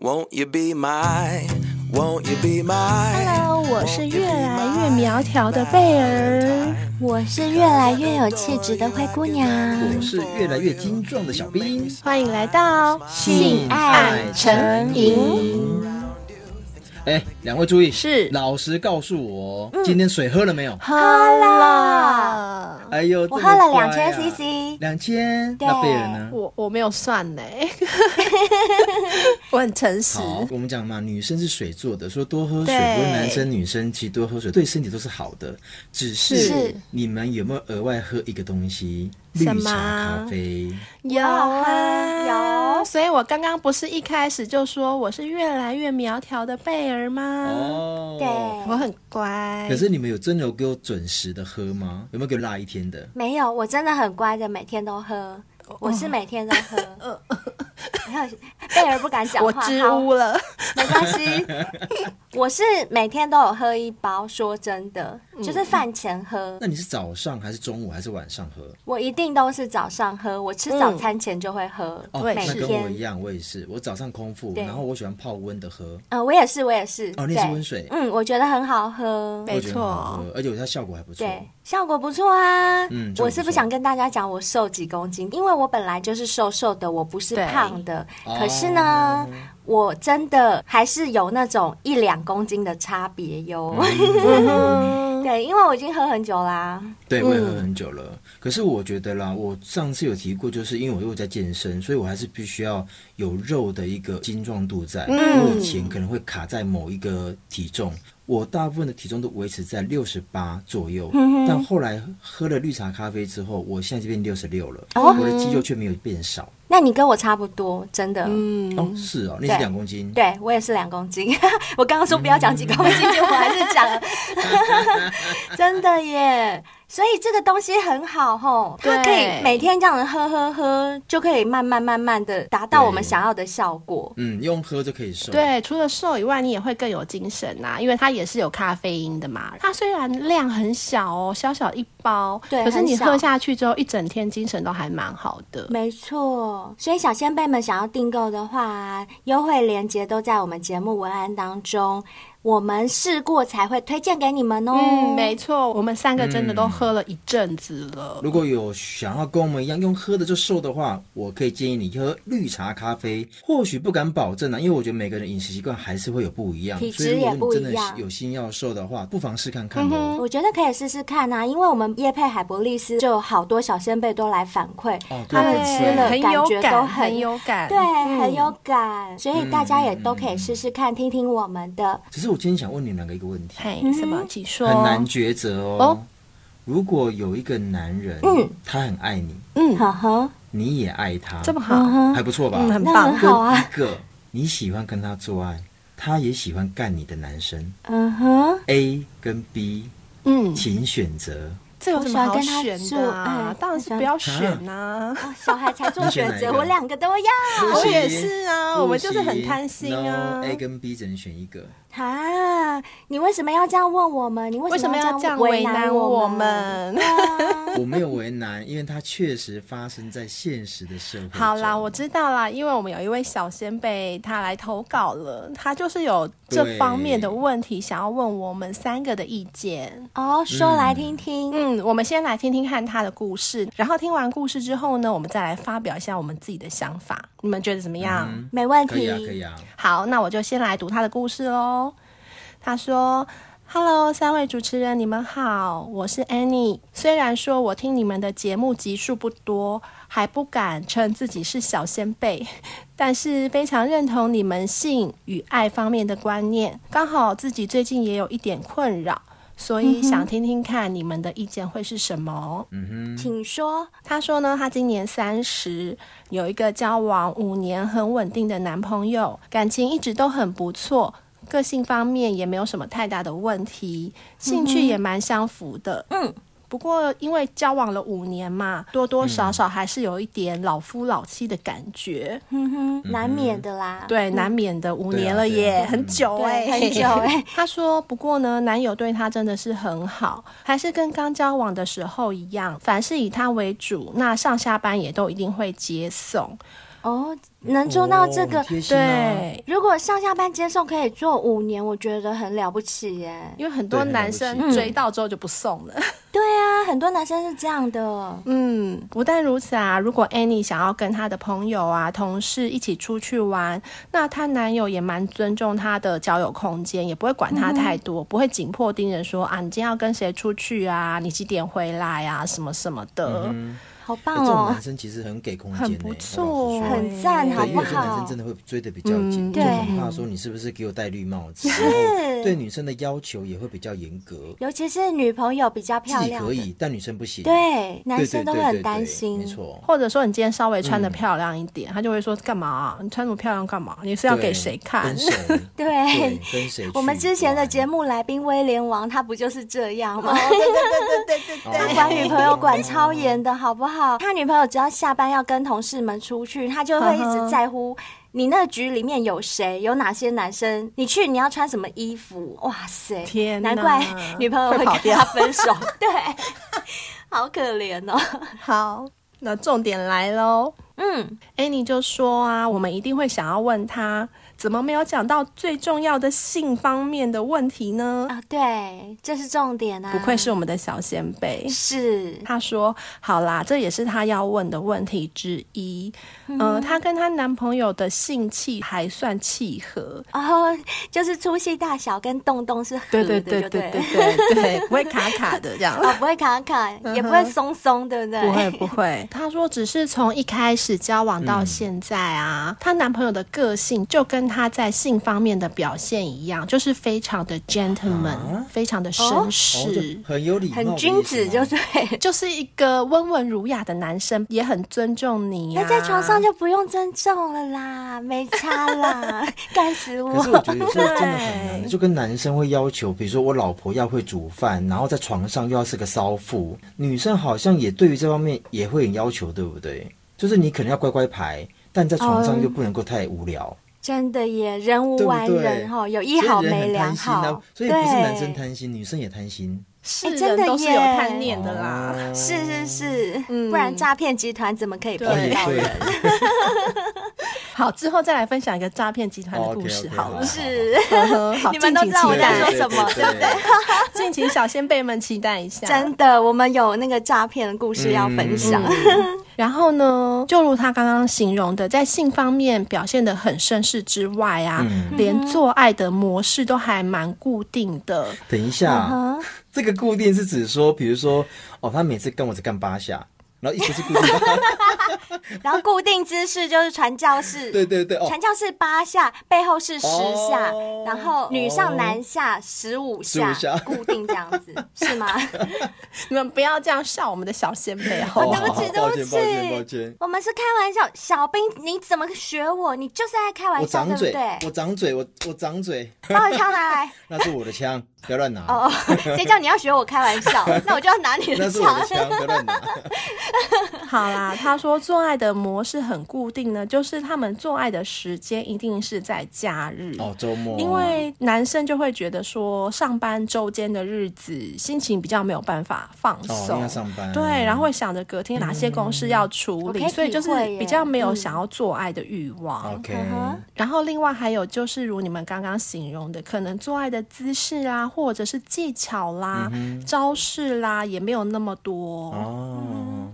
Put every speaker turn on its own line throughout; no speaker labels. Won't you be my? Won't you be my?
Hello，我是越来越苗条的贝儿。
我是越来越有气质的灰姑娘，
我是越来越精壮的小兵，
欢迎来到
性
爱成瘾。
哎，两位注意，
是
老实告诉我，
嗯
今天水喝了没有？
喝
了。
哎呦，
我喝了两千 CC，
两千，
对
那贝尔呢？
我我没有算 呢，我很诚实。
好，我们讲嘛，女生是水做的，说多喝水，
对
不论男生女生其实多喝水对身体都是好的。只是
是
你们有没有额外喝一个东西？绿
什么
茶咖啡。
有啊，有。所以我刚刚不是一开始就说我是越来越苗条的贝儿吗？
哦
嗯对，
我很乖。
可是你们有真的有给我准时的喝吗？有没有给我拉一天的？
没有，我真的很乖的，每天都喝，我是每天都喝。还有贝尔不敢讲
我
话，
支
好
吾了，
没关系，我是每天都有喝一包。说真的，
嗯
就是饭前喝
那，你是早上还是中午还是晚上喝？
我一定都是早上喝，我吃早餐前就会喝，
哦，
我也
每
那
是
跟我一
天。
样，我也是，我早上空腹，
对
然后我喜欢泡温的喝。
呃，我也是，我也是。对，
哦，你也是温水，
嗯，我觉得很好喝。
没
我觉得很好
错
喝，而且我觉得它效果还不错。
对，效果不错啊。
嗯效果
我
不
是不
错
想跟大家讲我瘦几公斤，因为我本来就是瘦瘦的，我不是
对
胖的。
哦
可是呢，我真的还是有那种一两公斤的差别哟。
嗯
对，因为我已经喝很久啦。
对，我也
嗯
喝很久了。可是我觉得啦，我上次有提过，就是因为我又在健身，所以我还是必须要有肉的一个精壮度在。
嗯
我以前可能会卡在某一个体重，我大部分的体重都维持在六十八左右，
嗯
但后来喝了绿茶咖啡之后，我现在就变六十六了，
哦
我的肌肉却没有变少。
那你跟我差不多，真的。
嗯
哦，是哦，那是
对
两公斤。
对我也是两公斤， 我刚刚说不要讲几公斤，结果还是 讲了，真的耶。所以这个东西很好吼，它可
对
以每天这样喝喝喝，就可以慢慢慢慢的达到我们
对
想要的效果。
嗯，用喝就可以瘦。
对，除了瘦以外，你也会更有精神呐、因为它也是有咖啡因的嘛。它虽然量很小哦，小小一包，
对
可是你
很小
喝下去之后，一整天精神都还蛮好的。
没错，所以小先辈们想要订购的话啊，优惠链接都在我们节目文案当中，我们试过才会推荐给你们哦。
嗯，没错，我们三个真的都喝了一阵子了。
如果有想要跟我们一样用喝的就瘦的话，我可以建议你喝绿茶咖啡。或许不敢保证啊，因为我觉得每个人饮食习惯还是会有不一样，
体质
所以如果
也不
你真
一样嗯
的有心要瘦的话，不妨试看看哦。
我觉得可以试试看啊，因为我们叶配海博利斯就有好多小先辈都来反馈，
哦，
他们
对
吃了
很有
感觉都
感，
很
哎很有感。嗯
对，很有感，所以大家也都可以试试看，听听我们的。
只是我今天想问你们两个一个问题，
嘿，什么？请说。
很难抉择哦。
哦
如果有一个男人，他很爱你，
嗯，
呵呵，
你也爱他，
这么好，
还不错吧？
嗯，很
那
棒
很。好啊，
一个你喜欢跟他做爱，他也喜欢干你的男生
嗯哼，
，A 跟 B，
嗯，
请选择。
这有什么好选
我喜欢
的
跟他
啊
做？
当然是不要选呐、啊。
小孩才做
你
选
选哪
择，
一个
我两个都要。
我也是啊，我们就是很贪心啊。
No，A 跟 B 只能选一个，
啊！你为什么要这样问我们？你为
为什
么
么要这样
为
为难
我啊
我？们？
我没有为难，因为它确实发生在现实的社会中。
好啦，我知道啦，因为我们有一位小先辈他来投稿了，他就是有这方面的问题，想要问我们三个的意见。
哦，说来听听。
嗯，我们先来听听看他的故事，然后听完故事之后呢，我们再来发表一下我们自己的想法，你们觉得怎么样？
没问
可以啊，可
题，
以啊。
好，那我就先来读他的故事喽。他说：“Hello，三位主持人，你们好，我是 Annie。虽然说我听你们的节目集数不多，还不敢称自己是小先辈，但是非常认同你们性与爱方面的观念。刚好自己最近也有一点困扰，所以想听听看你们的意见会是什么哦。
请说。
她说呢，她今年三十，有一个交往五年很稳定的男朋友，感情一直都很不错，个性方面也没有什么太大的问题，兴趣也蛮相符的。嗯。不过，因为交往了五年嘛，多多少少还是有一点老夫老妻的感觉，
哼嗯哼，难免的啦。
对，难免的五
对啊
年了
对啊
耶，很久哎、
对，很久哎。
她说：“不过呢，男友对她真的是很好，还是跟刚交往的时候一样，凡是以她为主，那上下班也都一定会接送。
哦，能做到这个
哦，贴心啊
对，
如果上下班接送可以做五年，我觉得很了不起耶。
因为很多
对
男
很
生
了不起
追到之后就不送了。
对啊，很多男生是这样的。
嗯，不但如此啊，如果 Annie 想要跟她的朋友啊、同事一起出去玩，那她男友也蛮尊重她的交友空间，也不会管
嗯
她太多，不会紧迫盯人说啊，你今天要跟谁出去啊，你几点回来啊，什么什么的。
好
欸
棒
这种
哦
男！生其实很给空间、欸，
很不
我老实
错
说
欸，
很赞，
对，
好
因
不
为有些男生
好
真？的会追的比较紧，
嗯
就
对
很怕说你是不是给我戴绿帽 子，然后对女生的要求也会比较严格，
尤其是女朋友比较漂
自己
亮
可
的，
以，但女生不行，
对
对，
男生都会
对对
很
对
担
对
心。
没错，
或者说你今天稍微穿的漂亮一点，他就会说干嘛、你穿那么漂亮干嘛？你是要给
对
谁看
跟？谁？
对
对，跟谁去玩？
我们之前的节目来宾威廉王，他不就是这样吗？
哦，
他管女朋友管超严的，好不好？他女朋友只要下班要跟同事们出去，他就会一直在乎你那局里面有谁，有哪些男生，你去你要穿什么衣服。哇塞，
天哪
难怪女朋友会
会跑
跟他分手，对，好可怜哦。
好，那重点来喽。
嗯，
Annie 就说啊，我们一定会想要问他，怎么没有讲到最重要的性方面的问题呢？
啊，对，这是重点啊。
不愧是我们的小先辈。
是
她说：“好啦，这也是她要问的问题之一。嗯，她跟她男朋友的性气还算契合，
哦，就是粗细大小跟洞洞是合的，
对
对
对
不
对对对对， 不会卡卡的这样。
哦，不会卡卡，
嗯
也不会松松，对不对？
不会 不会，她说只是从一开始交往到现在啊，她、男朋友的个性就跟她在性方面的表现一样，就是非常的 gentleman，、
啊
非常的
哦
绅
哦
士
就。很有礼貌的意啊思
很
吗，
君子，就对。
就是一个温文儒雅的男生，也很尊重你、啊。
那在床上就不用尊重了啦，没差啦，干死
可是我
我！
觉得这真的很难
对
的，就跟男生会要求，比如说我老婆要会煮饭，然后在床上又要是个骚妇，女生好像也对于这方面也会有要求，对不对？就是你可能要乖乖牌，但在床上
哦
又不能够太无聊，
真的耶，人无
对不
完
对？
人哈，有一好
所以人
没
很
两
贪心啊
好，
所以不是男生贪心，女生也贪心。
是
哎
人
真的
都是
耶
有贪念的啦。
哦
是是是，
嗯
不然诈骗集团怎么可以碰
哦也
到
对
人？，
好，之后再来分享一个诈骗集团的
哦
故事
OK，OK，
好了。
是，
呵呵 好，
你
敬
们都
请
知道我
期
在
待，
说什么，对
对对对
不对？
敬请小先辈们期待一下。
真的，我们有那个诈骗的故事要
嗯
分享。
然后呢，就如他刚刚形容的，在性方面表现得很绅士之外啊，
嗯
连做爱的模式都还蛮固定的。
等一
嗯
下，这个固定是指说，比如说，哦，他每次跟我只干八下，然后一直是 固定八，
然后固定姿势就是传教士，
对对对，哦，
传教士八下，背后是十下，
哦
然后女上男下十五下，
15下
固定这样 子是吗？
你们不要这样笑我们的小先辈好
哦
吗？
对不起，
好好
对不
抱歉抱歉抱
起
歉，
我们是开玩笑。小兵，你怎么学我？你就是在开玩
我
笑，对
掌
不
嘴，
对
我？掌嘴，我我掌嘴，
把我枪拿 来！
那是我的 枪，不要乱拿。
哦，谁叫你要学我开玩 笑？那我就要拿你
那
的
是我的
枪。
枪，不要乱拿。
好啦，他说做爱的模式很固定呢，就是他们做爱的时间一定是在假日。
哦，周末，
因为男生就会觉得说，上班周间的日子心情比较没有办法放
哦，
松，
因为要上班，
对，然后会想着隔天哪些公事要处理，
嗯我可以
所以就是
体会耶
比较没有想要做爱的欲望。
OK，
嗯哼
然后另外还有就是，如你们刚刚形容的，可能做爱的姿势啦，或者是技巧啦、
嗯
招式啦，也没有那么多。
哦，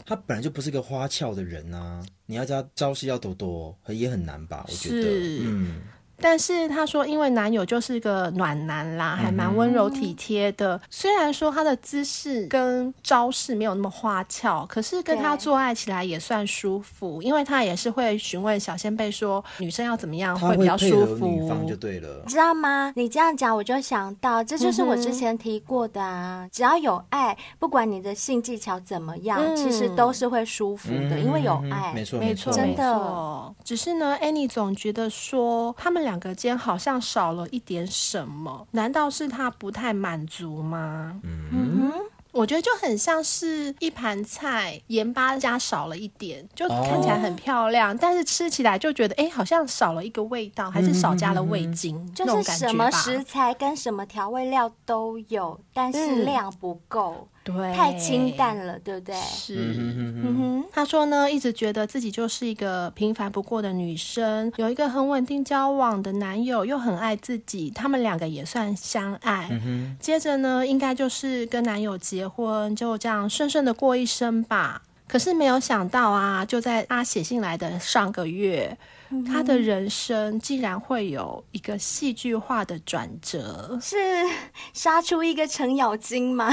他本来就不是个花俏的人啊，你要他招式要多多，也很难吧？我觉得，
是
嗯，
但是她说，因为男友就是个暖男
嗯
啦，还蛮温柔体贴的。虽然说他的姿势跟招式没有那么花俏，可是跟他
对
做爱起来也算舒服，因为他也是会询问小先辈说女生要怎么样
他
比
会
较
配
舒
合女方就
服。
对了。
知道吗？你这样讲，我就想到，这就是我之前提过的啊。只要有爱，不管你的性技巧怎么样，
嗯
其实都是会舒服的，
嗯
因为有爱。
没错，
哎没错，
错，
真
没
的
错。只是呢，Annie 总觉得说他们两个间好像少了一点什么，难道是他不太满足吗？
嗯哼，
我觉得就很像是一盘菜，盐巴加少了一点，就
哦
看起来很漂亮，但是吃起来就觉得，哎、好像少了一个味道，还是少加了味
嗯
精，那
就
种
是
感
什
觉
么
吧。
食材跟什么调味料都有，但是量不够。
嗯对，
太清淡了，对不对？
是。
嗯哼哼
嗯哼，。
她说呢，一直觉得自己就是一个平凡不过的女生，有一个很稳定交往的男友，又很爱自己，他们两个也算相爱。
嗯
接着呢，应该就是跟男友结婚，就这样顺顺的过一生吧。可是没有想到啊，就在她写信来的上个月，她的人生竟然会有一个戏剧化的转折
是杀出一个程咬金 吗？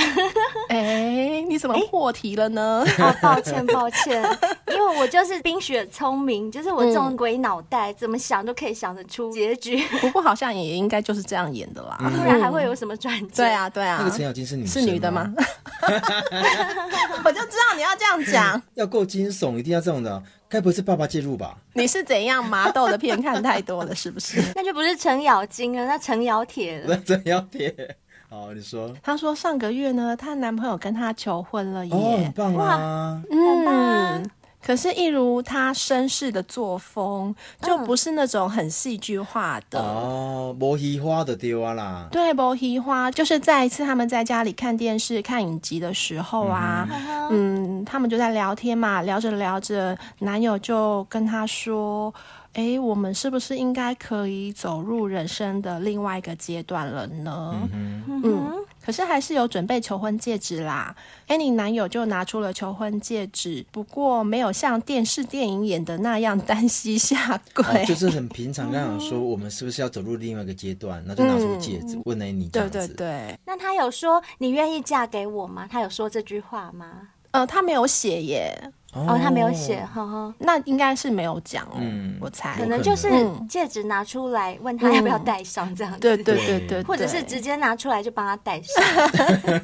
哎，你怎么破题了呢？
啊，抱歉抱 歉，因为我就是冰雪聪明，就是我这种鬼脑袋，怎么想都可以想得出结局，
不过好像也应该就是这样演的啦。
不然还会有什么转折？
对，啊，对啊。
嗯那个程咬金是女
是女的
生
吗？？ 我就知道你要这样 讲。
要够惊悚，一定要这种的，该不会是爸爸介入吧？
你是怎样麻豆的片看太多了，是不是？
那就不是程咬金了，那程咬铁了。
那真要贴。好，你说
她说上个月呢，她男朋友跟她求婚了
哦，很
耶。
棒啊！
很棒啊
嗯，可是，一如她绅士的作风，就不是那种很戏剧化的。
嗯哦，摩西花的丢啊 啦，
对，波提花就是在一次他们在家里看电视、看影集的时候啊，嗯，他们就在聊天嘛，聊着聊着，男友就跟她说：“诶，我们是不是应该可以走入人生的另外一个阶段了呢？”嗯，可是还是有准备求婚戒指啦。安妮男友就拿出了求婚戒指，不过没有像电视电影演的那样单膝下跪。
哦就是很平常。刚刚有说
嗯
我们是不是要走入另外一个阶段，那就拿出戒指问了你这
对
样
嗯对
子。
对，
那他有说你愿意嫁给我吗？他有说这句话吗？
呃，他没有写耶，
哦，他没有写，呵呵，
那应该是没有讲哦，
嗯
我猜
可。能就是戒指拿出来问他要不要戴上这样子，
对对
对
对对，
或者是直
对
接拿出来就帮他戴 上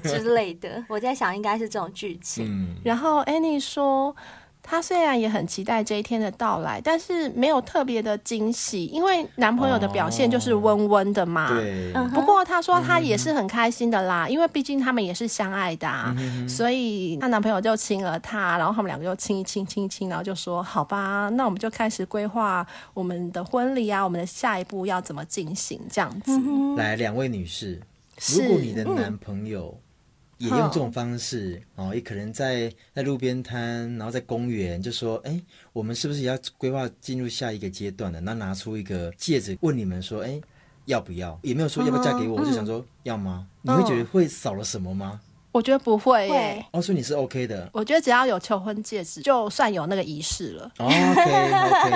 之类的。我在想应该是这种剧情，
嗯，
然后 Annie 说，她虽然也很期待这一天的到来，但是没有特别的惊喜，因为男朋友的表现就是温温的嘛。
哦对，
嗯
不过她说她也是很开心的啦，因为毕竟他们也是相爱的、啊，所以她男朋友就亲了她，然后他们两个就亲一亲亲一亲，然后就说好吧，那我们就开始规划我们的婚礼啊，我们的下一步要怎么进行这样子。
来，两位女士，
是
如果你的男朋友也用这种方式，哦，也可能在在路边摊，然后在公园，就说，哎，我们是不是也要规划进入下一个阶段了？那拿出一个戒指问你们说，哎，要不要？也没有说要不要嫁给我，我就想说要吗？你会觉得会少了什么吗？
我觉得不会耶、
会
哦，所以你是 OK 的。
我觉得只要有求婚戒指，就算有那个仪式了。
哦 OK OK，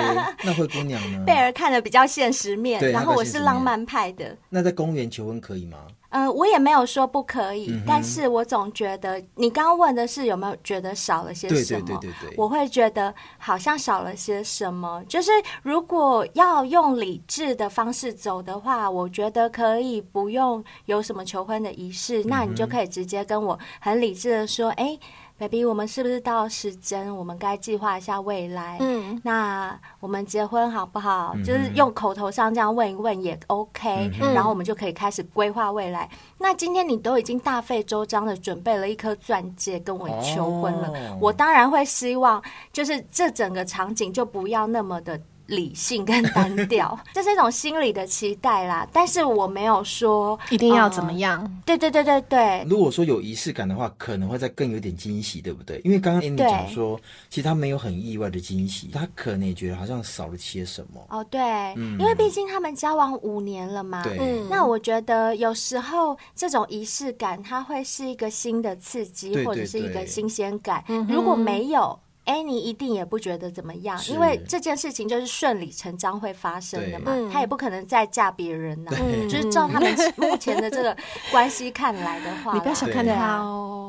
那灰姑娘呢
贝？尔看的比较现实面，
对
然
他
后
比较
我
现
是
实
浪
面
漫派的，
那在公园求婚可以吗？
呃，我也没有说不可
嗯
以，但是我总觉得你刚刚问的是有没有觉得少了些
对对
什么？
对对对
我会觉得好像少了些什么。就是如果要用理智的方式走的话，我觉得可以不用有什么求婚的仪
嗯
式，那你就可以直接跟我很理智的说，哎、baby，我们是不是到时间？我们该计划一下未来。
嗯，
那我们结婚好不
嗯
好？就是用口头上这样问一问也 OK，、然后我们就可以开始规划未来。那今天你都已经大费周章的准备了一颗钻戒跟我求婚了，
哦
我当然会希望就是这整个场景就不要那么的。理性跟单 调，这是一种心理的期待啦。但是我没有说
一定要
呃
怎么样？
对对对对对，
如果说有仪式感的话，可能会再更有点惊喜，对不对？因为刚刚 Amy
对
讲说，其实她没有很意外的惊喜，她可能也觉得好像少了些什么。
哦对，因为毕竟他们交往五年了嘛，
对，
那我觉得有时候这种仪式感，它会是一个新的刺激，
对
或者
对
是一个
对嗯
新鲜感。如果没有，安妮一定也不觉得怎么样，
是
因为这件事情就是顺理成章会发生的嘛
对嗯，
她也不可能再嫁别人呐、
对
就是照他们 目前的这个关系看来的话啦，
你不要小看
对
他哦。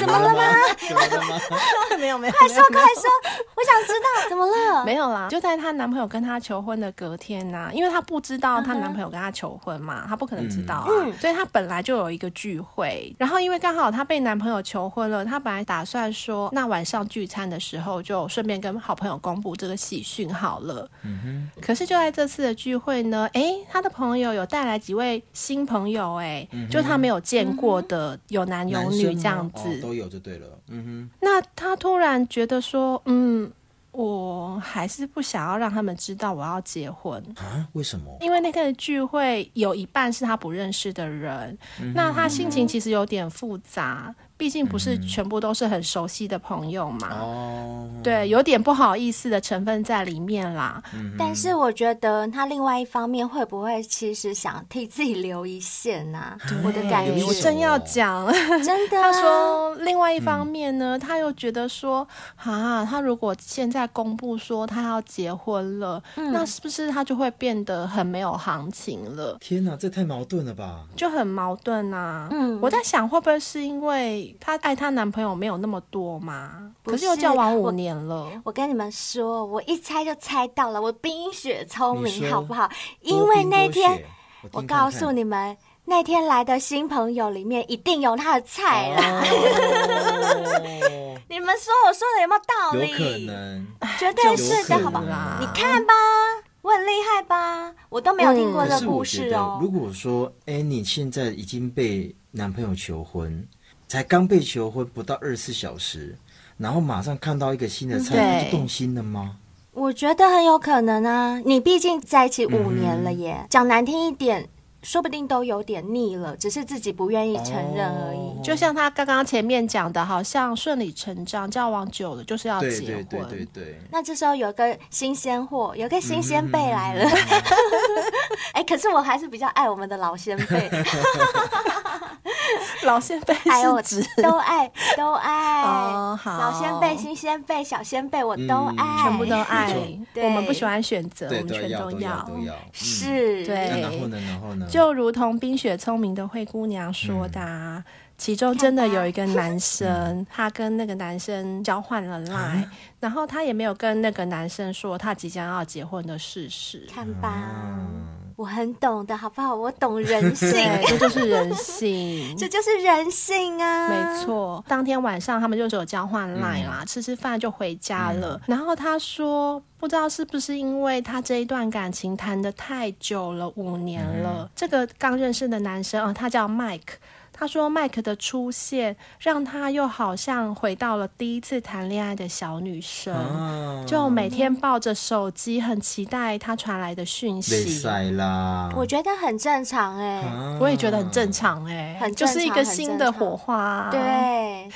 怎 么了吗？怎
啊
么了吗？
没有没有，快说快
快说，我想知道怎么
嗯
了？
没有啦，就在她男朋友跟她求婚的隔天呐、因为她不知道她男朋友跟她求婚嘛，她不可能知道啊，
嗯
所以她本来就有一个聚会，然后因为刚好她被男朋友求婚了，她本来打算说那晚上聚餐的时候就顺便跟好朋友公布这个喜讯好了。可是就在这次的聚会呢，诶，她的朋友有带来几位新朋友、诶，就她没有见过的，有男有
嗯男
女
生吗
这样子，
哦都有就对了。嗯
那他突然觉得说，嗯，我还是不想要让他们知道我要结婚，
哼，啊，为什
哎
么？
因为那天的聚会有一半是他不认识的人，那他心情其实有点复杂。毕竟不是全部都是很熟悉的朋友嘛。
哦，
对，有点不好意思的成分在里面啦。
但是我觉得他另外一方面会不会其实想替自己留一线呐、我的感
留一
觉
我
线
正要讲，
真的、
他
啊，
说，另外一方面呢，他又觉得说，啊，他如果现在公布说他要结婚了，
嗯
那是不是他就会变得很没有行情了？
天哪，这太矛盾了吧？
就很矛盾啊。
嗯
我在想，会不会是因为她爱她男朋友没有那么多嘛？
不
可是又
是
交往五
我
年了，
我跟你们说，我一猜就猜到了，我冰雪聪
你
明
说
好不好？
多
因为
冰多
那天
雪，
我
听看
告诉
看，
你们，那天来的新朋友里面一定有他的菜 啦。
哦
你们说我说的有没有道
有
理？
可能，
绝对
就是是
的，
啦
好不好？
啦
你看吧，我很厉害吧？我都没有听过
嗯可
这
是
故
我觉
事
得，
哦。
如果说 Annie 现在已经被男朋友求婚，才刚被求婚不到二十四小时，然后马上看到一个新的菜，
对
她就动心了吗？
我觉得很有可能啊，你毕竟在一起五年了耶，
嗯
讲难听一点，说不定都有点腻了，只是自己不愿意承认而已。
哦
就像她刚刚前面讲的，好像顺理成章，交往久了就是要结
对
婚。
对对对对，
那这时候有个新鲜货，有个新鲜辈来
嗯
了。 哎、可是我还是比较爱我们的老先辈，
老先辈
哎呦，我
是指、
都爱都爱。
哦好
老先辈、新先辈、小先辈，我都
嗯
爱，
全部 都爱
没错，
对
我们不喜欢选择，
对
我们全
要都
要。
都要，嗯。
是，
对
那然后呢？然后呢？
就如同冰雪聪明的灰姑娘说的、啊，
嗯
其中真的有一个男生，他跟那个男生交换了 line，然
嗯
后他也没有跟那个男生说他即将要结婚的事实。
看吧，我很懂的，好不好？我懂人性，
嗯 对，这就是人性。
这就是人性啊，
没。错，当天晚上他们就只有交换 line
嗯
啦，吃吃饭就回家了。然后他说，不知道是不是因为他这一段感情谈的太久了，五年
嗯
了。这个刚认识的男生啊、呃他叫 Mike。他说，Mike 的出现让他又好像回到了第一次谈恋爱的小女生，
啊，
就每天抱着手机，很期待他传来的讯
被
息。
塞啦。
我觉得很正常哎、
啊
我也觉得很正常哎、
很
就
正
是一
常
个
很
新
正
的
常
火花、啊。
对，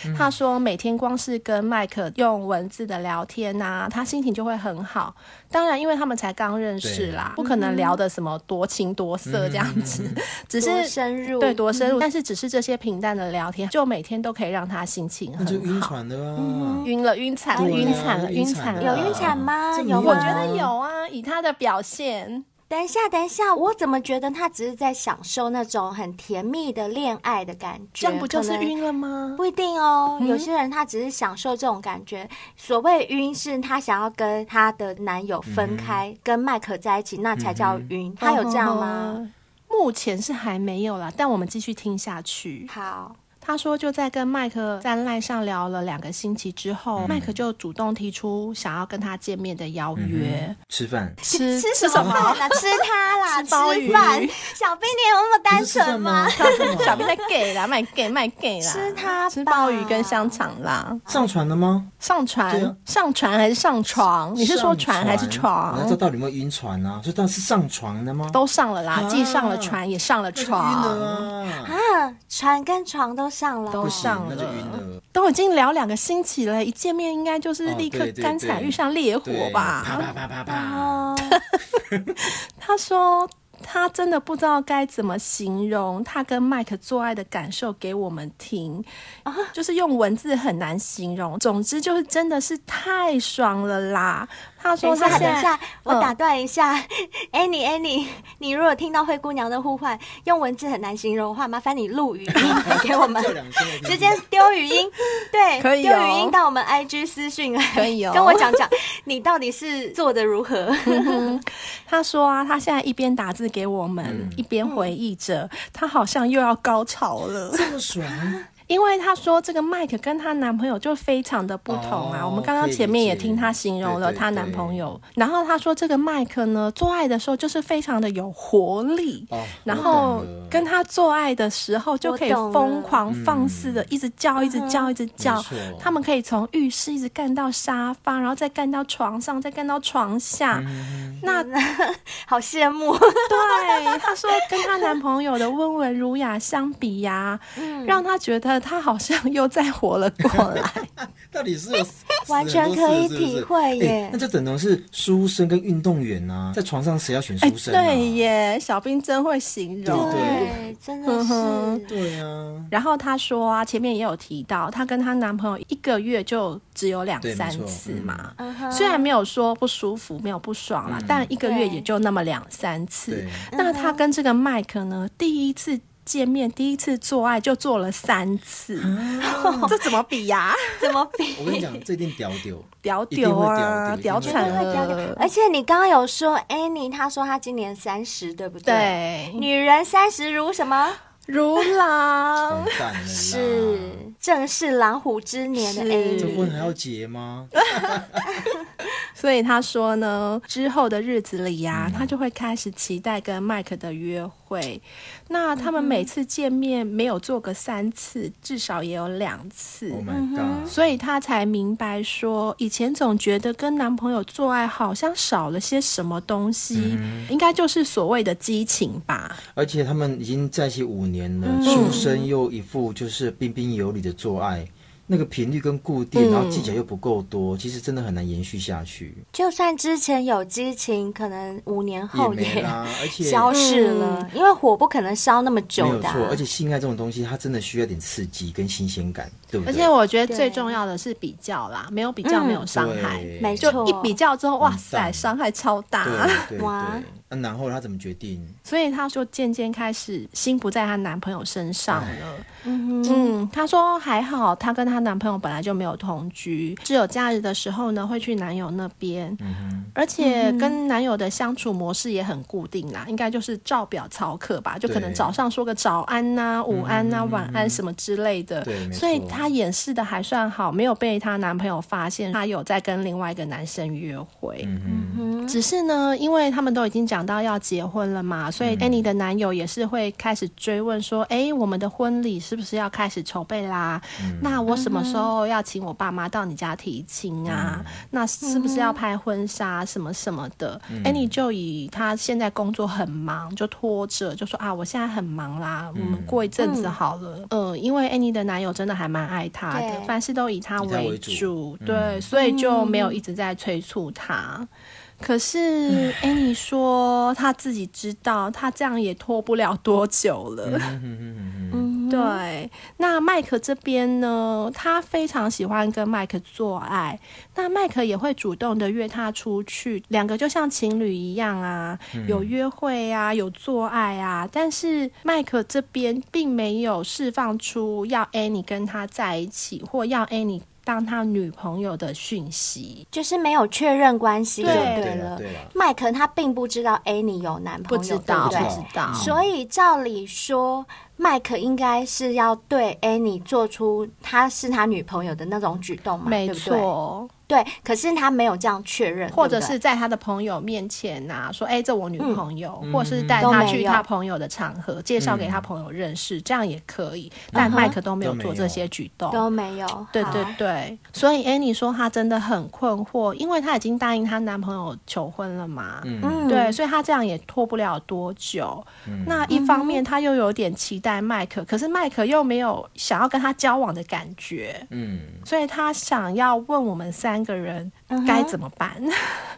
嗯
他说每天光是跟麦克用文字的聊天呐、他心情就会很好。当然，因为他们才刚认识啦，不可能聊的什么多情多
嗯
色这样子， 只
多
是
深入，
对多深入。但嗯是只是这些平淡的聊天，就每天都可以让他心情
那就
很好。嗯
晕船了啊。
晕了，晕惨了，
对啊
晕惨了，
晕
晕
惨
惨
了
有
了。
晕船吗？
这没
有
有
吗？
我觉得有啊，以他的表现，
等一下，等一下，我怎么觉得他只是在享受那种很甜蜜的恋爱的感觉？
这样不就是
可能
晕嗯了吗？
不一定哦，有些人他只是享受这种感觉。所谓晕，是他想要跟他的男友分开，
嗯
跟麦克在一起，那才叫晕。他有这样
哦
吗？？
目前是还没有啦，但我们继续听下去。
好，
他说，就在跟麦克在赖上聊了两个星期之
嗯
后，麦克就主动提出想要跟他见面的邀约，
吃饭
吃
吃什么
么？
饭呢？ 吃他 啦，
吃
吃
鲍鱼
饭。小兵，你有那么单
不是吃饭
纯吗？
小兵在 gay 啦，卖 gay 卖 gay 啦，
吃它
吃
吧
鲍鱼跟香肠啦，
上船了吗？
上
对
船
啊
上船还是上床？你是说船还是
我要知道
床？
到底有没有晕船啊？所以到底是上船了吗？
都上了啦，
啊
既上了船也上了
那就晕
床，
了啊！
啊，船跟床都上了，
都
不行
上
哦那就晕
了，
了。
都已经聊两个星期了，一见面应该就是
哦
立刻
对对
干柴
对
遇上烈火
对，
吧？
啪啪啪啪啪，
哦，
他说他真的不知道该怎么形容他跟麦克做爱的感受给我们听，
啊
就是用文字很难形容。总之就是真的是太爽了啦！他说
等一
他
下，嗯
现
等一
在
下，我打断一下。Annie，Annie，你如果听到灰姑娘的呼唤，用文字很难形容的话，麻烦你录语音来给我们
叫。两声我听听
直接丢语音，对，
可以哦
丢语音到我们 IG 私讯来，
可以哦
跟我讲讲你到底是做的如 何。
嗯他说啊，他现在一边打字给我们，一边回忆着，他好像又要高潮了。
这么爽，
因为她说这个麦克跟她男朋友就非常的不同啊。
哦
我们刚刚前面也听她形容了
可以理解
她男朋友，然后她说这个麦克呢，做爱的时候就是非常的有活力，
哦
然
我
后
懂了
跟他做爱的时候就可以
我懂了
疯狂放肆的一直叫，一直叫，一直叫
嗯没错。
他
嗯
们可以从浴室一直干到沙发，然后再干到床上，再干到床下。那
好羡慕。
对，她说跟她男朋友的温文儒雅相比呀、让她觉得她好像又再活了过 来。
到底是有
完全可以
死很多次是不是
体会耶
哎那这等同是书生跟运动员呐、在床上谁要选
哎、
书生、啊
对耶，小兵真会形容。
对
对，哎真的
嗯哼
是。
对啊，
然后她说啊，前面也有提到，她跟她男朋友一个月就只有两
对没
三
错
次
嗯
嘛。
嗯哼
虽然没有说不舒服，没有不爽啦，但一个月也就那么两三次
对。
那他跟这个麦克呢，第一次见面，第一次做爱就做了三次，
啊
这怎么比呀、
怎么比？
我跟你讲，这一定屌屌，
屌
一定
屌
会
啊，屌
屌屌一定会
惨
会掉的
了，
而且你刚刚有说 Annie，她说她今年三十，对不对？
对，
女人三十如什么？
如狼嗯
完。蛋了啦！
是正是狼虎之年的
是
Annie。
这婚还要结吗？
所以他说呢，之后的日子里
嗯
呀、他就会开始期待跟麦克的约会。那他们每次见面没有做个三次，至少也有两次。
Oh my god！
所以她才明白说，以前总觉得跟男朋友做爱好像少了些什么东西，
嗯
应该就是所谓的激情吧。
而且他们已经在一起五年了，书生又一副就是彬彬有礼的做爱，那个频率跟固定，然后技巧又不够多，其实真的很难延续下去，
就算之前有激情，可能五年
也
后
没啦。而且
消失了，
嗯
因为火不可能烧那么久
没有
的啊、
错，而且性爱这种东西，它真的需要点刺激跟新鲜感，对不
而
对？
且我觉得
对
最重要的是比较啦，没有比较
嗯
没有伤害。
对
没错
就一比较之后，哇
完
塞，
蛋
伤害超大。
嗯对对对，
哇
那然后他怎么决定？
所以她就渐渐开始心不在她男朋友身上了。嗯，她说还好，她跟她男朋友本来就没有同居，只有假日的时候呢会去男友那边，
嗯
而且跟男友的相处模式也很固定啦，应该就是照表操课吧，就可能
对
早上说个早安呐、午安呐、晚安什么之类的
对。没错
所以她掩饰的还算好，没有被她男朋友发现她有在跟另外一个男生约会。
嗯
只是呢，因为他们都已经讲到要结婚了嘛，所以 Annie 的男友也是会开始追问说：“哎、我们的婚礼是不是要开始筹备啦？那我什么时候要请我爸妈到你家提亲啊？那是不是要拍婚纱什么什么的、a n n i e 就以她现在工作很忙，就拖着就说：“啊，我现在很忙啦，我们过一阵子好了。呃，嗯因为 Annie 的男友真的还蛮爱她的，
对
凡事都以她
以她为
为
主嗯
主，对，所以就没有一直在催促她。可是 Annie 说她自己知道，她这样也拖不了多久
嗯
了。嗯对，那麦克这边呢，他非常喜欢跟麦克做爱，那麦克也会主动的约她出去，两个就像情侣一样啊，有约会啊，有做爱啊。但是麦克这边并没有释放出要 Annie 跟他在一起，或要 Annie 当他女朋友的讯息。
就是没有确认关系就
对
对
嗯了
了。对了
麦克他并不知道 Annie 有男朋
不知
友，
道，
对不
不
对
知道，
所以照理说，麦克应该是要对 Annie 做出她是他女朋友的那种举动嘛，
没
对不
错，
对？对，可是他没有这样确认，
或者
对不对
是在他的朋友面前呐、说：“哎、这我女朋友。或者是带
都
他
没
去
有
他朋友的场合，介绍给他朋友认识，这样也可以。但麦克都没有
都没
做
有
这些举动，
嗯都没有，
对
好
对对，所以 Annie 说她真的很困惑，因为她已经答应她男朋友求婚了嘛。
嗯
对，所以她这样也拖不了多久。那一方面，她又有点期待麦克，可是麦克又没有想要跟她交往的感觉，
嗯
所以她想要问我们三个人
嗯
该怎么办。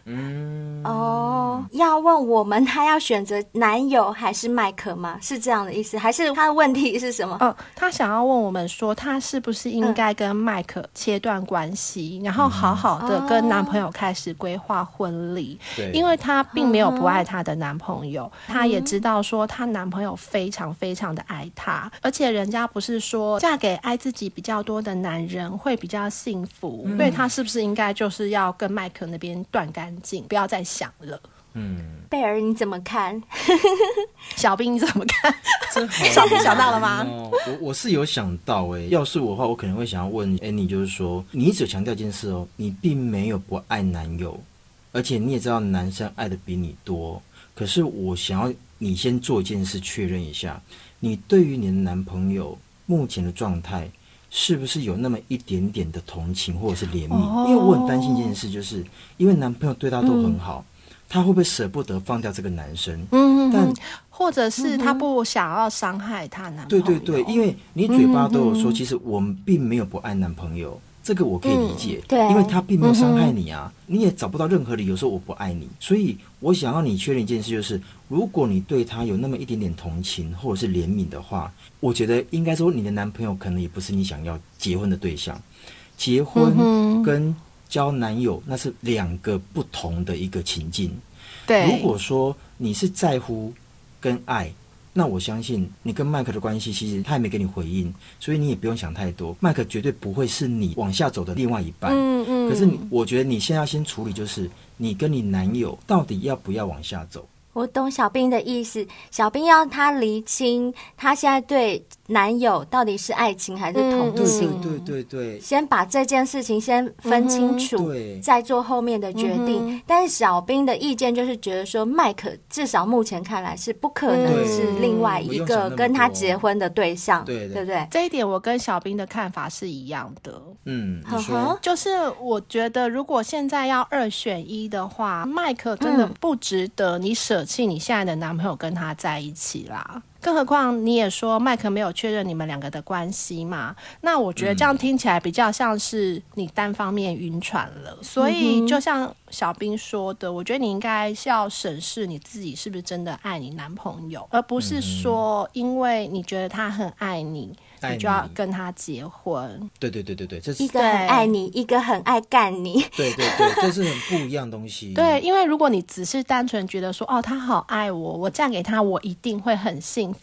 嗯，
哦，要问我们他要选择男友还是麦克吗？是这样的意思，还是他的问题是什么？
嗯，他想要问我们说，她是不是应该跟麦克切断关
嗯
系，然后好好的跟男朋友开始规划婚礼？
嗯对，嗯
因为她并没有不爱她的男朋友，她也知道说她男朋友非常非常的爱她，而且人家不是说嫁给爱自己比较多的男人会比较幸福，
嗯
所以她是不是应该就是要跟麦克那边断干净，不要再想了？
嗯，
贝尔你怎么看？
小兵你怎么看？
真好哦
小兵想到了吗
难哦我我是有想到 哎、要是我的话，我可能会想要问 Annie，就是说，你一直有强调一件事哦，你并没有不爱男友，而且你也知道男生爱的比你多，可是我想要你先做一件事确认一下，你对于你的男朋友目前的状态。是不是有那么一点点
哦
的同情或者是怜悯？因为我很担心一件事，就是因为男朋友对她都很好，她会不会舍不得放掉这个男生？
嗯，
但
或者是她不想要伤害她男朋
嗯对
友，嗯
对对，因为你嘴巴都有说，其实我们并没有不爱男朋友，这个我可以理解，
嗯
对
因为他并没有伤害你啊，你也找不到任何理由说我不爱你，所以我想要你确认一件事，就是如果你对他有那么一点点同情或者是怜悯的话，我觉得应该说你的男朋友可能也不是你想要结婚的对象，结
嗯
婚跟交男友那是两个不同的一个情境。
对，
如果说你是在乎跟爱，那我相信你跟麦克的关系，其实他也没给你回应，所以你也不用想太多。麦克绝对不会是你往下走的另外一半。
嗯嗯，
可是你，我觉得你现在要先处理，就是你跟你男友到底要不要往下走？
我懂小兵的意思，小兵要他厘清他现在对男友到底是爱情还是同
嗯
性，
对对对
先把这件事情先分清楚，
对
再做后面的决定。但是小兵的意见就是觉得说，麦克至少目前看来是不可能
对
是另外一
不用想那
个
么多
跟他结婚的对象，
对对
不对？
这一点我跟小兵的看法是一样的，
嗯，
呵呵
你说
就是我觉得如果现在要二选一的话，麦克真的不值得你舍弃你现在的男朋友跟他在一起啦。更何况你也说麦克没有确认你们两个的关系嘛，那我觉得这样听起来比较像是你单方面晕船了。所以就像小兵说的，我觉得你应该是要审视你自己是不是真的爱你男朋友，而不是说因为你觉得他很爱你，
爱
你就要
你
跟他结婚。
对对对对对，这是
一个很爱你，一个很爱干你。
对对对，这是很不一样的东西。
对，因为如果你只是单纯觉得说，哦，他好爱我，我嫁给他，我一定会很幸福。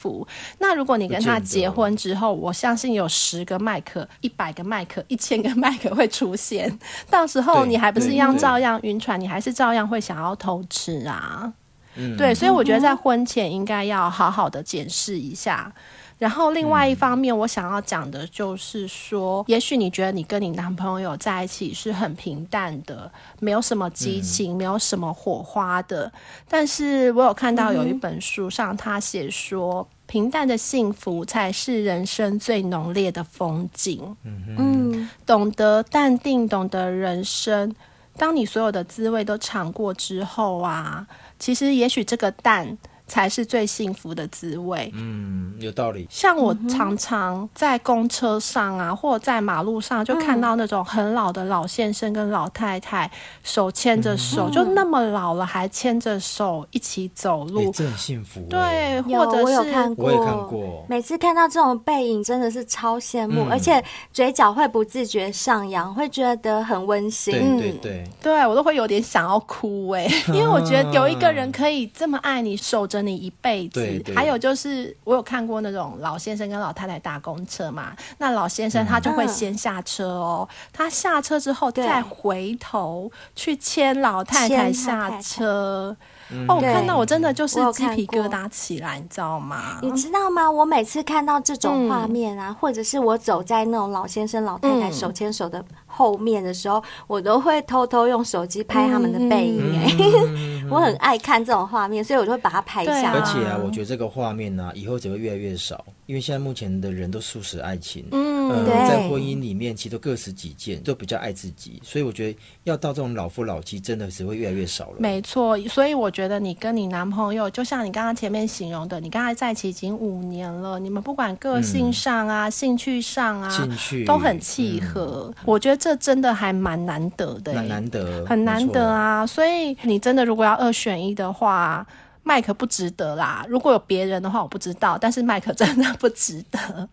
那如果你跟他
不见得
结婚之后，我相信有十个麦克、一百个麦克、一千个麦克会出现，到时候
对
你还不是一样
对
照样晕船，你还是照样会想要偷吃啊。
嗯
对，所以我觉得在婚前应该要好好的检视一下。然后另外一方面，我想要讲的就是说，
嗯
也许你觉得你跟你男朋友在一起是很平淡的，没有什么激
嗯
情，没有什么火花的。但是我有看到有一本书上，他写说，平淡的幸福才是人生最浓烈的风景。
嗯，
懂得淡定，懂得人生。当你所有的滋味都尝过之后啊，其实也许这个淡才是最幸福的滋味。
嗯，有道理。
像我常常在公车上啊，或者在马路上，就看到那种很老的老先生跟老太太手牵着手，就那么老了还牵着手一起走
哎，
路，
这很幸福哎。
对，
有
或者是
嗯我有看过，
我也看过
每次看到这种背影，真的是超羡慕，
嗯
而且嘴角会不自觉上扬，会觉得很温馨。
对对对，
对我都会有点想要哭 哎、因为我觉得有一个人可以这么爱你，守着你一辈子。
对对
还有就是，我有看过那种老先生跟老太太搭公车嘛，那老先
嗯
生他就会先下车哦，他下车之后
对
再回头去牵老太太
牵老太
下
太
车。
嗯
哦，我
对
看到我真的就是
我有
鸡
看
皮疙
过
瘩起来，你知道吗？
你知道吗？我每次看到这种画面啊，或者是我走在那种老先生、老太太
嗯
手牵手的后面的时候，我都会偷偷用手机拍他
嗯
们的背影、哎、
嗯
我很爱看这种画面，所以我就会把它拍
对
下
啊
来。
而且啊，我觉得这个画面呢、以后只会越来越少，因为现在目前的人都素食爱情，
嗯
呃
对
在婚姻里面其实都各持己见，都比较爱自己，所以我觉得要到这种老夫老妻，真的只会越来越少了。
没错，所以我觉得你跟你男朋友，就像你刚刚前面形容的，你刚才在一起已经五年了，你们不管个性上啊、兴趣上啊，
兴趣
都很契合。我觉得这真的还蛮难得的、欸
很难得，
很难得
没错！
啊。所以你真的如果要二选一的话，麦克不值得啦。如果有别人的话，我不知道，但是麦克真的不值得。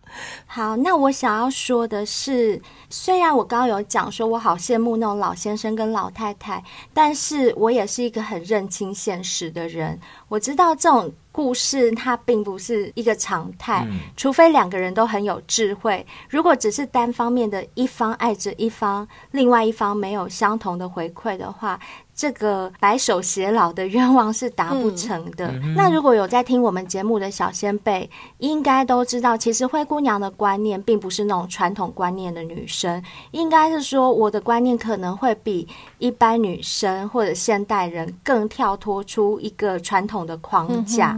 好，那我想要说的是，虽然我刚刚有讲说我好羡慕那种老先生跟老太太，但是我也是一个很认清现实的人。我知道这种故事它并不是一个常态，除非两个人都很有智慧。如果只是单方面的一方爱着一方，另外一方没有相同的回馈的话，这个白首偕老的愿望是达不成的。那如果有在听我们节目的小先辈，应该都知道，其实灰姑娘的观念并不是那种传统观念的女生，应该是说我的观念可能会比一般女生或者现代人更跳脱出一个传统的框架。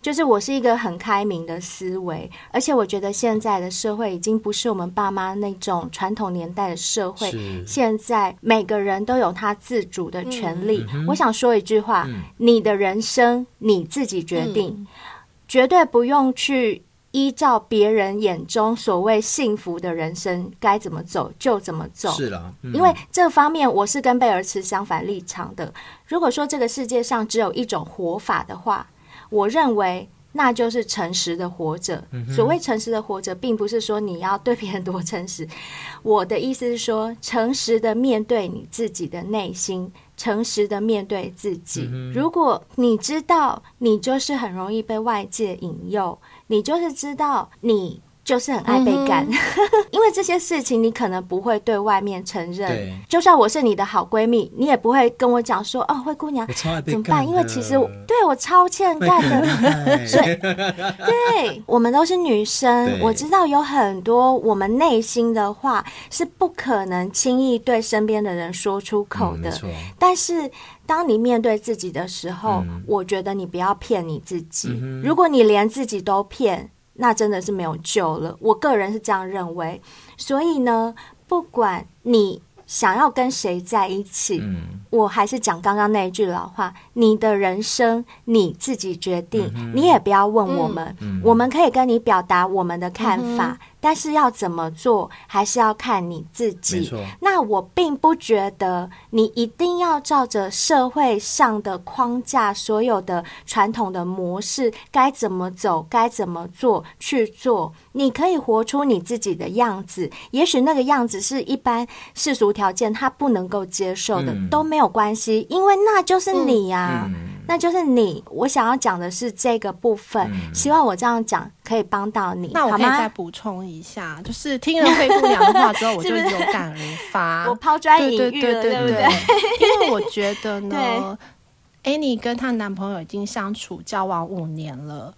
就是我是一个很开明的思维，而且我觉得现在的社会已经不是我们爸妈那种传统年代的社会
是，
现在每个人都有他自主的权
嗯
利。我想说一句话：你的人生你自己决定，
嗯
绝对不用去。依照别人眼中所谓幸福的人生该怎么走就怎么走，
是啦，嗯
因为这方面我是跟贝尔持相反立场的。如果说这个世界上只有一种活法的话，我认为那就是诚实的活着。
嗯
所谓诚实的活着，并不是说你要对别人多诚实，我的意思是说，诚实的面对你自己的内心。诚实的面对自己。
嗯
如果你知道你就是很容易被外界引诱，你就是知道你就是很爱被赶， 因为这些事情你可能不会对外面承认
对。
就算我是你的好闺蜜，你也不会跟我讲说：“哦，灰姑娘
我超爱被
怎么办？”
干
因为
的
其实我对我超欠干的。
所以
对我们都是女生，
对
我知道有很多我们内心的话是不可能轻易对身边的人说出口的。
嗯没错，
但是，当你面对自己的时候，
嗯
我觉得你不要骗你自己。
嗯哼
如果你连自己都骗，那真的是没有救了。我个人是这样认为。所以呢，不管你想要跟谁在一起，
嗯，
我还是讲刚刚那一句老话：你的人生你自己决定，
嗯
你也不要问我们。我们可以跟你表达我们的看法，但是要怎么做，还是要看你自
没
己
错。
那我并不觉得你一定要照着社会上的框架、所有的传统的模式，该怎么走、该怎么做去做。你可以活出你自己的样子，也许那个样子是一般世俗条件他不能够接受的，
嗯
都没有关系，因为那就是你呀、
嗯
那就是你，我想要讲的是这个部分，
嗯
希望我这样讲可以帮到你，
那我
好
可以再
吗？
补充一下，就是听了灰姑娘的话之后，我
是
就
不是
有感而发。
我抛砖引
对对
玉
对
了，
对
不对？
对， 因为我觉得
对
呢，Annie 跟她男朋友已经相处交往五年了。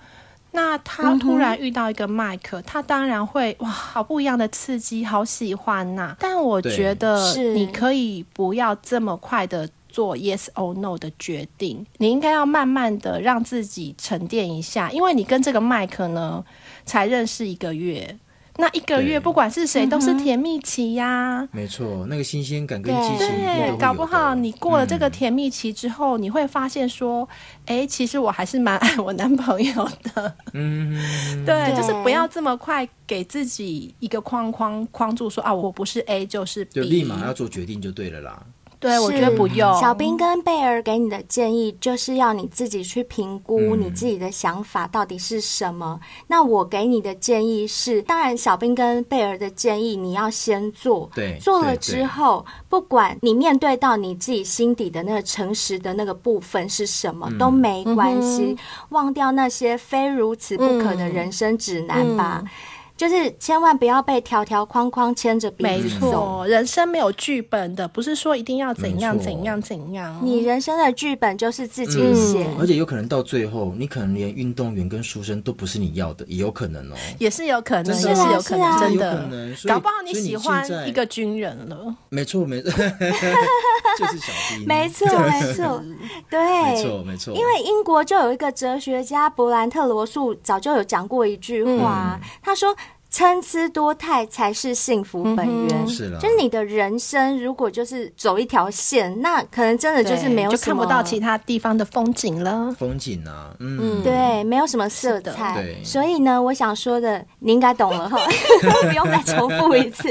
那她突然遇到一个麦克，她当然会哇，好不一样的刺激，好喜欢呐、但我
对
觉得
是
你可以不要这么快的做 yes or no 的决定，你应该要慢慢的让自己沉淀一下，因为你跟这个麦克呢才认识一个月，那一个月
对
不管是谁都是甜蜜期呀、
没错，那个新鲜感跟
对
激情一定都会有嗯
对，
的，
搞不好你过了这个甜蜜期之后，你会发现说，哎，其实我还是蛮爱我男朋友的。
嗯，嗯，
对，
对
就是不要这么快给自己一个框框框住说，啊，我不是 A 就是
就
B。
立马要做嗯决定就对了啦。
对，我
是
觉得不
哦
用。
小兵跟贝尔给你的建议就是要你自己去评估
嗯
你自己的想法到底是什么。那我给你的建议是，当然小兵跟贝尔的建议你要先做，
对
做了
对
之
对
后，不管你面对到你自己心底的那个诚实的那个部分是什
嗯
么，都没关
嗯
系，忘掉那些非如此不可的人生指南吧。
嗯
就是千万不要被条条框框牵着鼻
没
子走，
错，人生没有剧本的，不是说一定要怎样
没错
怎样怎样。
你人生的剧本就是自己
嗯
写。
而且有可能到最后，你可能连运动员跟书生都不是你要的，也有可能哦。
也是有可能，
真的
也有可能，
是啊
真
有可能
的，
所以
搞不好你
所以你
喜
现在
欢一个军人了。
没错， 没错，就是小兵，
没错，没 错，对，
没错，没错，
因为英国就有一个哲学家勃兰特罗素早就有讲过一句话，
嗯
他说。参差多态才是幸福本
嗯
源，
嗯是啦
就是你的人生如果就是走一条线，那可能真的就是没有
就
什
看
么
不到其他地方的风景了。
风景啊，嗯，
对，没有什么色
是的
彩。
对
所以呢，我想说的，你应该懂 了哈，不用再重复一次。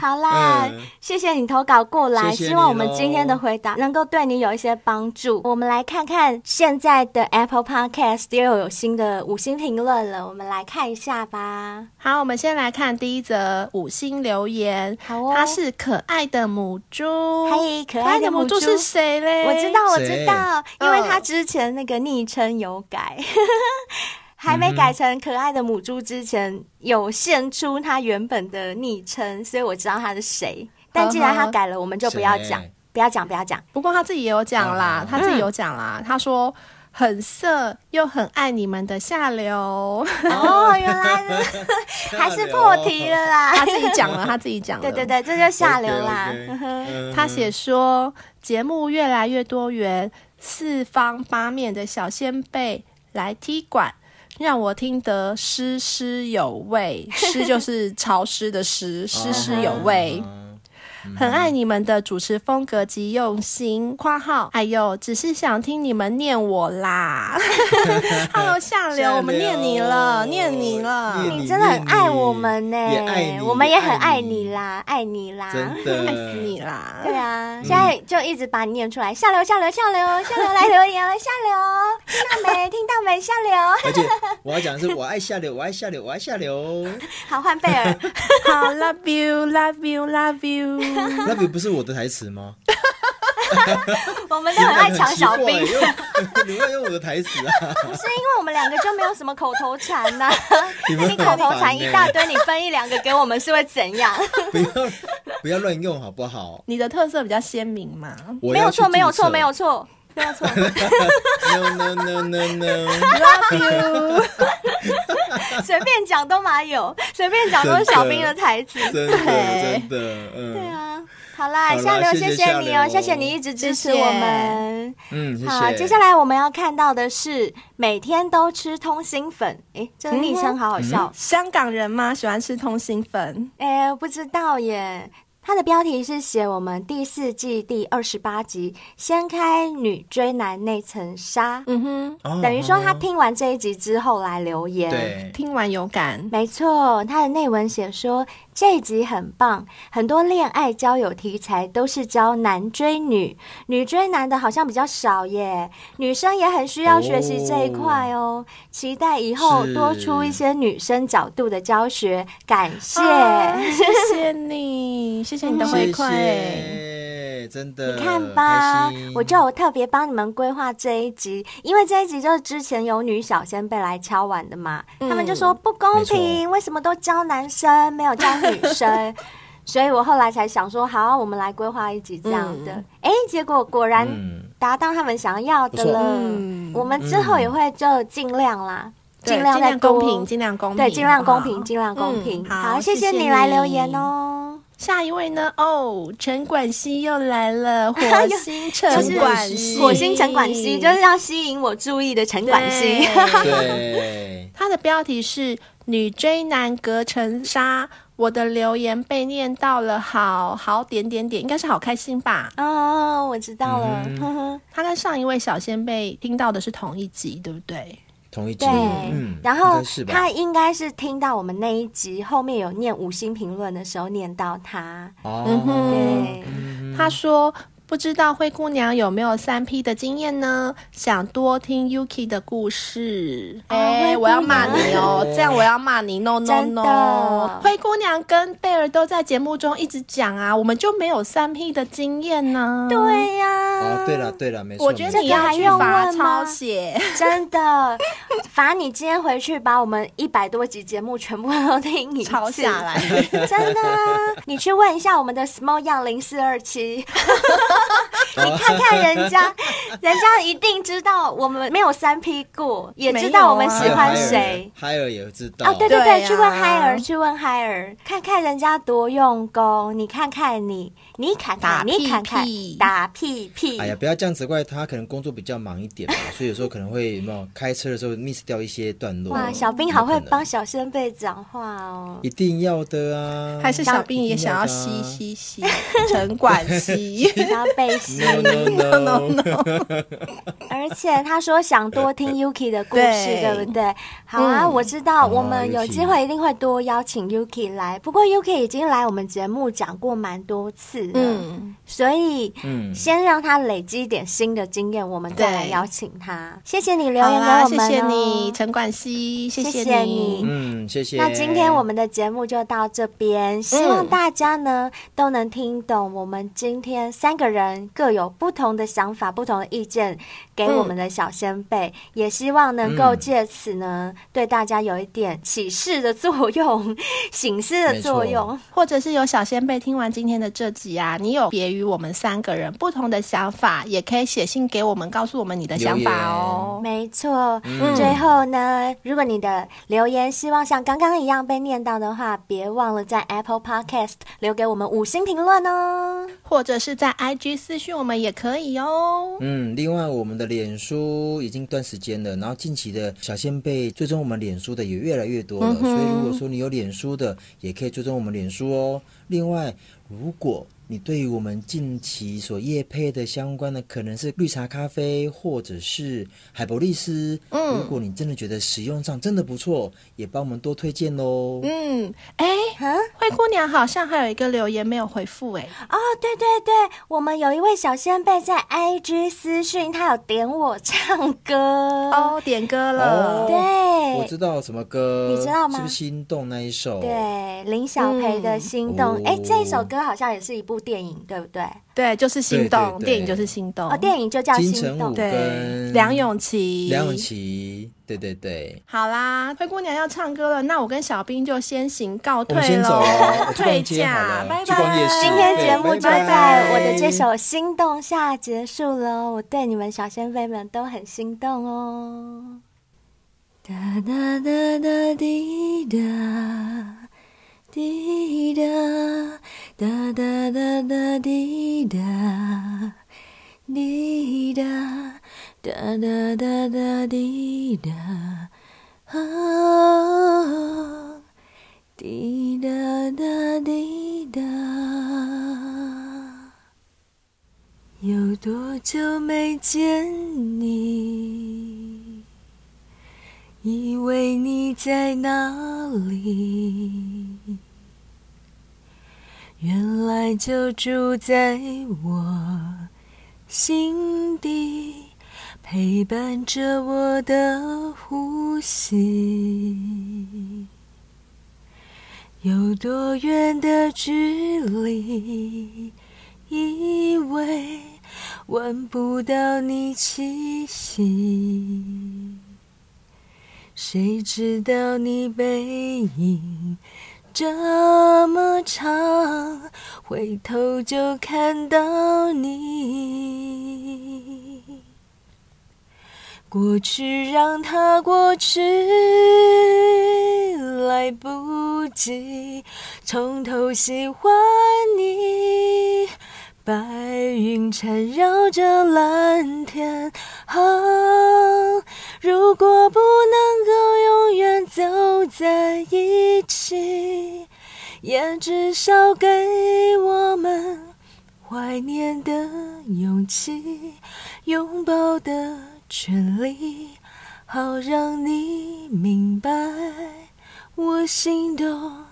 好啦，
嗯
谢谢你投稿过来，
谢谢
希望
你
我们今天的
喽
回答能够对你有一些帮助。
哦
我们来看看现在的 Apple Podcast 又有新的五星评论了，我们来看一下吧。
好，我们先来看第一则五星留言。
好哦
它是可爱的母猪。
嘿可
哦可
爱
爱
的
的
母
母
猪
猪是谁嘞？
我知道，我知
谁
道，因为
嗯
他之前那个昵称有改， 还没改成可爱的母猪之前，有献出他原本的昵称，所以我知道他是谁。但既然他改了，我们就不要讲
谁，
不要讲，不要 讲。
不过他自己也有讲啦，
嗯
他自己有讲啦，他说。很色又很爱你们的下 流，
哦，原来呢 还是破题了啦。
他自己讲了，他自己讲了。
对对，对，这就下流啦。
OK，OK，
他写说节目越来越多元，四方八面的小先辈来踢馆，让我听得诗诗有味。诗就是潮湿的湿，诗诗有味。
嗯
很爱你们的主持风格及用心。（括号）哎呦，只是想听你们念我啦。Hello，下流，我们念你了，念你了。
念
你真的很爱我们呢、
也爱你
我们也很爱
爱
你啦，爱你啦，
真的
爱死你啦！
对
嗯
啊，现在就一直把你念出来，下流下流下流下流来留言了， 下流，听到没？听到没？下流，
而且我要讲的是，我爱下流，我爱下流，我爱下流。
好换贝 尔，
好，love you，love you，love you。
那不不是我的台 词吗？
我们都很爱抢小兵，
你们很奇怪，用 你们用我的台词啊？
不是因为我们两个就没有什么口头禅呐、
你 们
你口头禅一大
堆，
堆，你分一两个给我们是会怎 样？
不要不要乱用好不好？
你的特色比较鲜明嘛
我
没有
要去
错，没有
注册
错，没有。错，没有错。
No no no no no，
？Love you。
随便讲都马有，随便讲都是小兵的
啊
台词。
真的真的，嗯，
对啊，好啦，
好啦
下流，
谢谢
谢你哦，
下流
谢谢你一直支持
谢谢
我们。
嗯，谢
好，
谢。
接下来我们要看到的是每天都吃通心粉，诶，这个昵称好好
嗯
笑，
香港人吗？喜欢吃通心粉？
诶，不知道耶。它的标题是写我们第四季第二十八集《掀开女追男那层纱》，
嗯哼，
哦
等于说他
哦
听完这一集之后来留言。
对，
听完有感。
没错，他的内文写说这一集很棒，很多恋爱交友题材都是教男追女，女追男的好像比较少耶，女生也很需要学习这一块哦。期待以后
是
多出一些女生角度的教学，感谢。
啊谢谢你，谢谢你的回
谢
馈。
谢，真的，
你看吧
呃开心，
我就有特别帮你们规划这一集，因为这一集就是之前有女小先辈来敲碗的嘛，他们就说不公
没
平，为什么都教男生没有教女生？所以我后来才想说，好，我们来规划一集这样的。哎、结果果然
嗯
达到他们想要的
不错
了。
嗯
我们之后也会就尽量啦，
对
量
尽
再
量公
多
平，尽量公平，
对，尽量
好不好
公平，尽量公平。
嗯
好，
好，
谢
谢
你来留言。哦。
下一位呢？哦，陈冠希 又来了，火
又
星
就是
陈冠希，
是
火星城管熙就是要吸引我注意的城管熙。
对
对，
他的标题是“女追男隔层纱”，我的留言被念到了，好好点点点，应该是好开心吧？
哦，我知道了。
嗯
呵 呵
他跟上一位小先辈听到的是同一集，对不对？
同一集，
对，
嗯，
然
应
后
该是吧
他应该是听到我们那一集后面有念五星评论的时候念到他，
嗯
哦，
哼，
对，
他说不知道灰姑娘有没有三 P 的经验呢？想多听 Yuki 的故事。哎、
灰姑娘
我要骂你哦，这样我要骂你，no no
真
no
的。
灰姑娘跟贝尔都在节目中一直讲啊，我们就没有三 P 的经验呢、
对呀、
嗯哦，对了，对了，没错，
我觉得你
没错
要去
这个还用
罚
问吗
抄写。
真的，罚你今天回去把我们一百多集节目全部都听一次
抄下来
真的啊，你去问一下我们的 Small 样零四二七，
哦
你看看人家，人家一定知道我们没有三 P 过，也知
啊
道我们喜欢谁。
还有海尔啊也知道
哦，对对
对
对，
啊
去问嗨尔，去问嗨尔，看看人家多用功，你看看你，你看
打
看你看看
屁屁
打屁屁
哎，呀，不要这样责怪他，可能工作比较忙一点嘛， 所以有时候可能会有没有开车的时候 miss 掉一些段落。
哇，小兵好
有
会
可能
帮，小先辈讲话哦。
一定要的啊，
还是小兵也想要吸吸吸，陈管 吸。
想要被 吸，
No no no no，
而且他说想多听 Yuki 的故事，
对
对不对？好啊，
嗯
我知道，
哦
我们有
Yuki
机会一定会多邀请 Yuki 来。不过 Yuki 已经来我们节目讲过蛮多次了，
嗯，
所以
嗯
先让他累积一点新的经验，我们再来
对
邀请他。谢谢你留
好
言给
啦，
我
谢
们、哦，
谢你，陈冠希，谢
谢
谢
谢
你
你。
嗯，谢谢。
那今天我们的节目就到这
嗯
边，希望大家呢、都能听懂我们今天三个人各有不同的想法、不同的意见给我们的小先辈，也希望能够
嗯
借此呢、对大家有一点启示的作用、醒思的
没
作
错
用。
或者是有小先辈听完今天的这集啊，你有别于我们三个人不同的想法，也可以写信给我们，告诉我们你的想法哦。
没错，
嗯
最后呢，如果你的留言希望像刚刚一样被念到的话，别忘了在 Apple Podcast 留给我们五星评论哦。
或者是在 IG 私讯我们也可以哦。
嗯，另外我们的脸书已经一段时间了，然后近期的小先辈追踪我们脸书的也越来越
嗯
多了，所以如果说你有脸书的，也可以追踪我们脸书哦。另外，如果你对于我们近期所业配的相关的，可能是绿茶咖啡或者是海博利斯，嗯，如果你真的觉得使用上真的不错，也帮我们多推荐哦。
嗯，哎，
嗯
灰姑娘好像还有一个留言没有回复哎、
哦，对对对，我们有一位小先辈在 IG 私讯，他有点我唱歌
哦，点歌了，
哦
对，
我知道什么歌，
你知道吗
是不是心动那一首？
对，林小培的《心动》
嗯
哎、
哦
这首歌好像也是一部电影，对不对？
对，就是心动，
对对对
电影就是心动，
哦，电影就叫《
金
心
城
动
武》。
对，
跟
梁咏琪，
梁咏。琪，对对对。
好啦，灰姑娘要唱歌了，那我跟小兵就先行告
我
退
们先走
喽
了，我，去
退
逛街好
价，
了，
拜
去逛夜
拜。
市。
今天节目
对
就
拜拜
在我的这首《心动》下结束了，我对你们小先辈们都很心动哦。哒哒哒哒滴哒滴哒哒哒哒哒滴哒滴哒哒哒哒哒滴哒啊。滴答答滴答，有多久没见你？以为你在哪里？原来就住在我心底，陪伴着我的呼吸。有多远的距离，以为闻不到你气息，谁知道你背影这么长，回头就看到你。过去让它过去，来不及从头喜欢你。白云缠绕着蓝天，啊，如果不能够永远走在一起，也至少给我们怀念的勇气，拥抱的权利，好让你明白我心动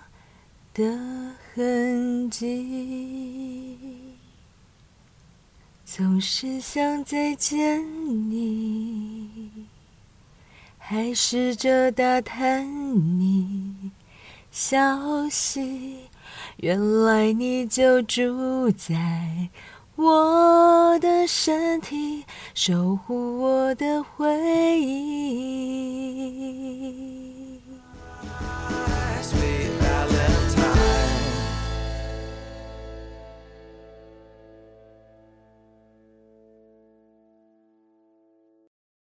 的痕迹。总是想再见你，还试着打探你消息。原来你就住在我的身体，守护我的回忆。